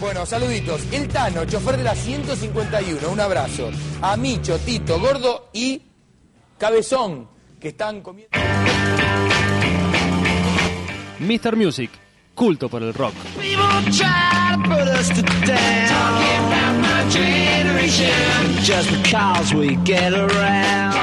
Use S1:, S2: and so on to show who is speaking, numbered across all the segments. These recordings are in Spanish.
S1: Bueno, saluditos. El Tano, chofer de la 151, un abrazo. A Micho, Tito, Gordo y Cabezón, que están comiendo.
S2: Mr. Music, culto por el rock.
S3: People try to put us to down. Talking about my generation. Just because we get around.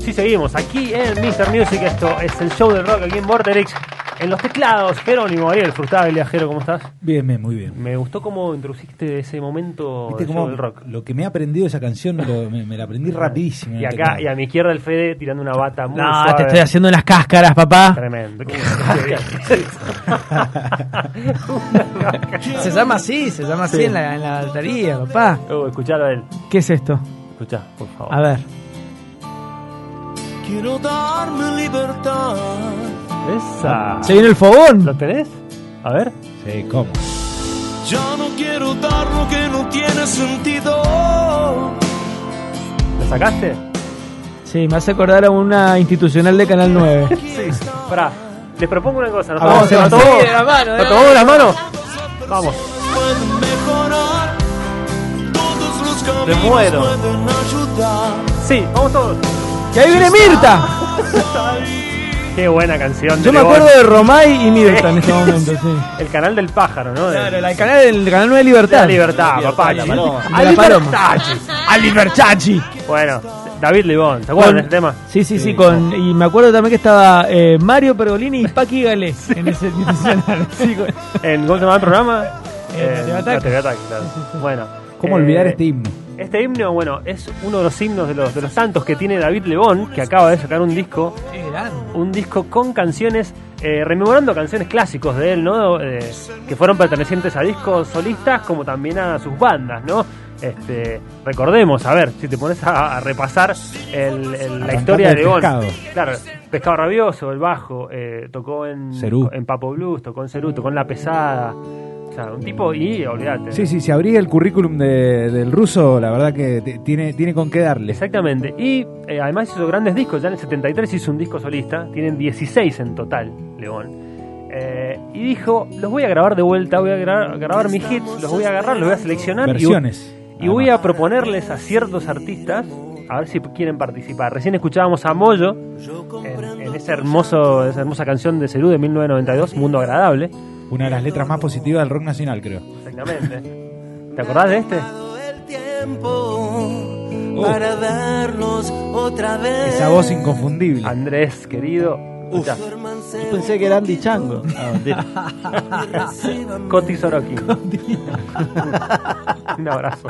S4: Sí, seguimos aquí en Mr. Music. Esto es el show del rock aquí en Vorterix. En los teclados, Jerónimo, Ariel, frustrado el viajero, ¿cómo estás?
S5: Bien, bien, muy bien.
S4: Me gustó cómo introduciste ese momento
S5: Viste
S4: del
S5: cómo
S4: show del Oh, rock.
S5: lo que me ha aprendido esa canción lo- me, me la aprendí rapidísimo. en
S4: Y
S5: este el
S4: acá,
S5: teclado.
S4: y a mi izquierda el Fede tirando una bata muy
S5: No,
S4: suave.
S5: te estoy haciendo las cáscaras, papá.
S4: Tremendo.
S6: Se llama así, se llama así en la, en la altaría, papá.
S4: Oh, escuchalo a él.
S6: ¿Qué es esto?
S4: Escuchá, por favor.
S6: A ver.
S3: Quiero darme libertad.
S4: Esa.
S6: ¿Se viene el
S4: Ah, ¿Lo
S6: fogón?
S4: tenés? A ver.
S5: Sí, ¿cómo?
S3: Ya no quiero dar lo que no tiene sentido.
S4: ¿Lo sacaste?
S6: Sí, me hace acordar a una institucional de Canal 9.
S4: Pará. Les propongo una cosa. ¿Nos
S6: A ver,
S4: tomamos,
S6: se
S4: ¿nos
S6: va.
S4: tomamos-
S6: Sí, de la mano, eh. de
S4: ¿nos
S6: la
S4: tomamos las manos? Vamos.
S3: Pueden mejorar. Todos los
S4: Me
S3: caminos
S4: muero.
S3: pueden ayudar.
S4: Sí, vamos todos.
S6: ¡Que ahí viene Mirta!
S5: Ah,
S4: Qué buena canción.
S6: Yo me
S4: Lebón.
S6: acuerdo de Romay y Mirta en este momento, sí.
S4: El canal del pájaro, ¿no? De-
S6: El canal, el
S4: de
S6: canal 9 de
S4: la
S6: Libertad.
S4: libertad, papá.
S6: la paloma.
S4: A
S6: De la paloma.
S4: libertad, chis.
S6: ¡Al Liberchachi!
S4: Bueno, David Libón, ¿se acuerdan de ese tema?
S6: Sí, sí, sí, con, y me acuerdo también que estaba eh, Mario Pergolini y Paqui Galés en ese institucional. Sí, con-
S4: ¿En cómo se llama el programa?
S6: Eh,
S4: Eh,
S6: TV Ataque.
S4: la TV Ataque, claro. Bueno.
S5: ¿Cómo
S4: eh,
S5: olvidar este himno?
S4: Este himno, bueno, es uno de los himnos de los, de los santos que tiene David Lebón, que acaba de sacar un disco, un disco con canciones, eh, rememorando canciones clásicos de él, ¿no? Eh, que fueron pertenecientes a discos solistas como también a sus bandas, ¿no? Este, recordemos, a ver, si te pones a, a repasar el- el- la
S5: Arrancate
S4: historia de
S5: del
S4: Lebón.
S5: pescado.
S4: Claro, Pescado Rabioso, el bajo, eh, tocó en,
S5: Cerú.
S4: en Papo Blues, tocó en Cerú, tocó en La Pesada. O sea, un tipo y olvídate.
S5: Sí, sí, si abrí el currículum de- del ruso, la verdad que te- tiene, tiene con qué darle.
S4: Exactamente. Y eh, además hizo grandes discos. Ya en el 73 hizo un disco solista. Tienen 16 en total, León. Eh, y dijo, los voy a grabar de vuelta, voy a gra- grabar mis hits, los voy a agarrar, los voy a seleccionar. y-
S5: Versiones.
S4: Y voy a proponerles a ciertos artistas a ver si quieren participar. Recién escuchábamos a Moyo en, en ese hermoso, esa hermosa canción de Cerú de 1992, Mundo Agradable.
S5: Una de las letras más positivas del rock nacional, creo.
S4: Exactamente. ¿Te acordás de este?
S3: El tiempo para vernos otra vez.
S5: Esa voz inconfundible.
S4: Andrés, querido. Escuchá.
S3: Duérmanse,
S7: Pensé que era Andy Chango. Ah, mentira.
S3: reciban
S4: Coti Sorokin. Un abrazo.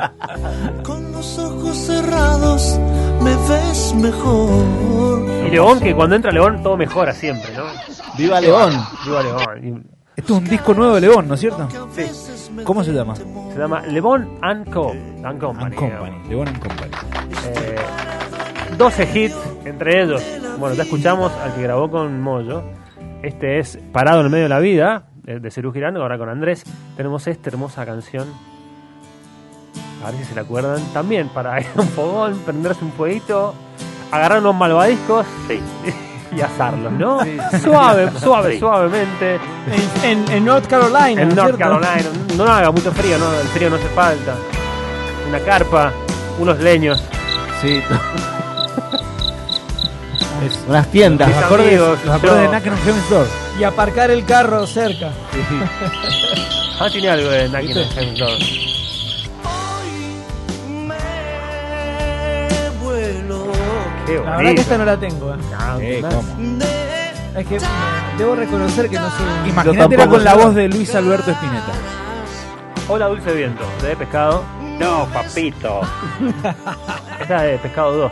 S3: Con los ojos cerrados me ves mejor.
S4: Y León, que cuando entra León todo mejora siempre, ¿no?
S7: Viva León.
S4: Viva León.
S5: Esto es un disco nuevo de León, ¿no es cierto? ¿Cómo se llama?
S4: Y Se llama León and Co. And Company.
S5: And Company, León and Company.
S4: Eh, 12 hits entre ellos. Bueno, ya escuchamos al que grabó con Moyo. Este es Parado en el medio de la vida, eh, de Cerú Girán, ahora con Andrés. Tenemos esta hermosa canción. A ver si se la acuerdan. También para ir a un fogón, prenderse un fueguito, agarrar unos malvadiscos y asarlos, ¿no? Suave, suave, suavemente.
S6: En, en North Carolina.
S4: En
S6: ¿no es
S4: North
S6: cierto?
S4: Carolina, no haga mucho frío, no, el frío no hace falta. Una carpa, unos leños.
S7: Sí. Unas tiendas.
S4: Mis
S5: Acordes-
S4: amigos,
S5: los acordes
S4: yo-
S5: de Nakron James Door.
S6: Y aparcar el carro cerca.
S4: Ah, tiene algo de Naki no James Dawes.
S3: Me vuelo
S4: Qué
S6: La verdad que
S4: bonito.
S6: esta no la tengo. eh.
S4: Ah,
S5: Eh,
S4: más.
S5: ¿cómo?
S3: de
S6: Es que eh, debo reconocer que no soy un-
S5: Imagínate era con la voz de Luis Alberto Espineta.
S4: Hola, Dulce Viento, de Pescado. No, papito. Esta es de Pescado 2,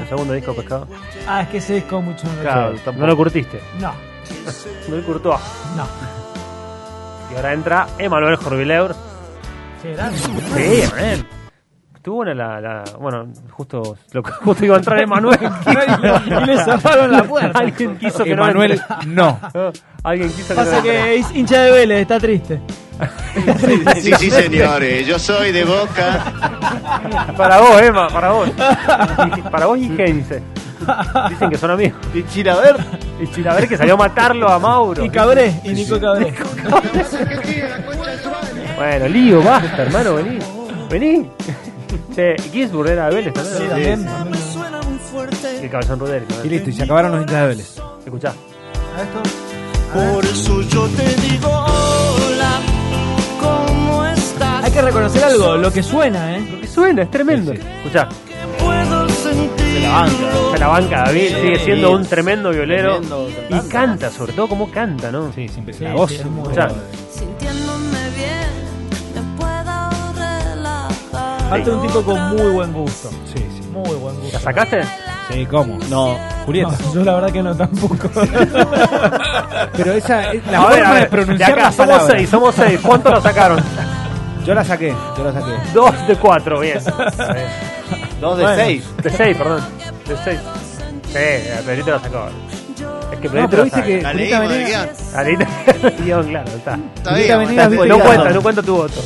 S4: el segundo disco de Pescado.
S6: Ah, es que ese disco mucho no lo
S4: Claro, no lo curtiste,
S6: sé. No,
S4: no lo curtó.
S6: no.
S4: Y ahora entra Emanuel Jorvileur.
S6: Che, grande.
S4: Sí, man. Estuvo buena la, la- Bueno, justo, lo, justo iba a entrar Emanuel.
S6: y le zafaron la puerta.
S4: Alguien quiso que
S5: Emanuel, no.
S4: no entre. Alguien quiso que
S6: Pasa
S4: no entre.
S6: que es hincha de Vélez, está triste.
S8: Sí, sí, señores, yo soy de Boca.
S4: Para vos, Emma, para vos. Y- para vos y Gense. Dicen que son amigos.
S7: Y Chiraver.
S4: Y Chilaver que salió a matarlo a Mauro.
S6: Y Cabré, y Nico Cabré.
S4: Bueno, lío, basta, hermano, vení. Vení. Che, Ginsburg era de Vélez también. ¿no?
S6: También.
S4: Y el cabezón Ruderi. ¿no?
S5: Y listo, y se acabaron los hinchas de Vélez.
S4: Escuchá.
S3: Por eso yo te digo hola, ¿cómo estás?
S6: Hay que reconocer algo, lo que suena, ¿eh?
S4: Lo que suena, es tremendo. Escuchá.
S3: Puedo sentir
S7: La banca.
S4: Está la banca, David sigue siendo
S7: David.
S4: un tremendo violero.
S7: Tremendo
S4: Y
S7: cantante.
S4: canta, sobre todo como canta, ¿no?
S5: Sí, siempre. la voz.
S4: Escuchá.
S9: Sintiéndome bien, me puedo relajar.
S6: Aparte un tipo con muy buen gusto.
S5: Sí, sí.
S6: Muy buen
S4: ¿La
S6: gusto.
S4: sacaste?
S5: Sí, ¿cómo?
S7: No.
S5: Julieta.
S6: No, yo la verdad que no tampoco.
S5: Pero esa, es la
S4: A ver,
S5: forma
S4: a ver,
S5: de pronunciar
S4: de acá,
S5: las
S4: somos
S5: palabras.
S4: seis, somos seis. ¿Cuánto la sacaron?
S5: Yo la saqué, yo la saqué.
S4: Dos de cuatro, bien. Está bien.
S7: Dos de seis.
S4: De 6, perdón. De 6. Sí, a Pedrito la sacó. Es que Pedrito
S5: No, pero
S4: la
S5: viste
S4: saca.
S5: que
S8: La
S5: Julieta
S8: leímos del
S5: Venegas,
S8: guión.
S4: Ahorita, guión, claro, está.
S8: Está
S5: Julieta
S8: bien,
S5: Venegas,
S7: está
S5: viste,
S4: No
S7: Claro.
S4: cuenta, no cuenta tu voto.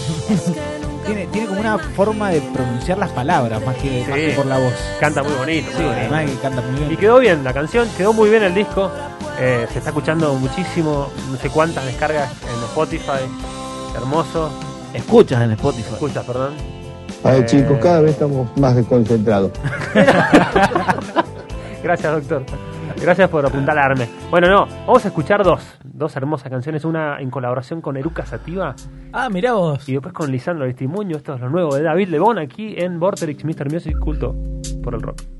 S5: tiene, tiene como una forma de pronunciar las palabras más que, más
S4: Sí.
S5: que por la voz.
S4: Canta muy bonito, muy bonito.
S5: Además que canta muy bien.
S4: Y quedó bien la canción, quedó muy bien el disco. Eh, se está escuchando muchísimo, no sé cuántas descargas en Spotify. Hermoso.
S7: Escuchas en Spotify.
S4: Escuchas, perdón.
S10: A ver,
S4: Eh,
S10: chicos, cada vez estamos más desconcentrados.
S4: Gracias, doctor. Gracias por apuntalarme. Bueno, no, vamos a escuchar dos. Dos hermosas canciones. Una en colaboración con Eruca Sativa.
S6: Ah, mirá vos.
S4: Y después con Lisandro Aristimuño, esto es lo nuevo de David Lebón aquí en Vorterix Mr. Music Culto por el Rock.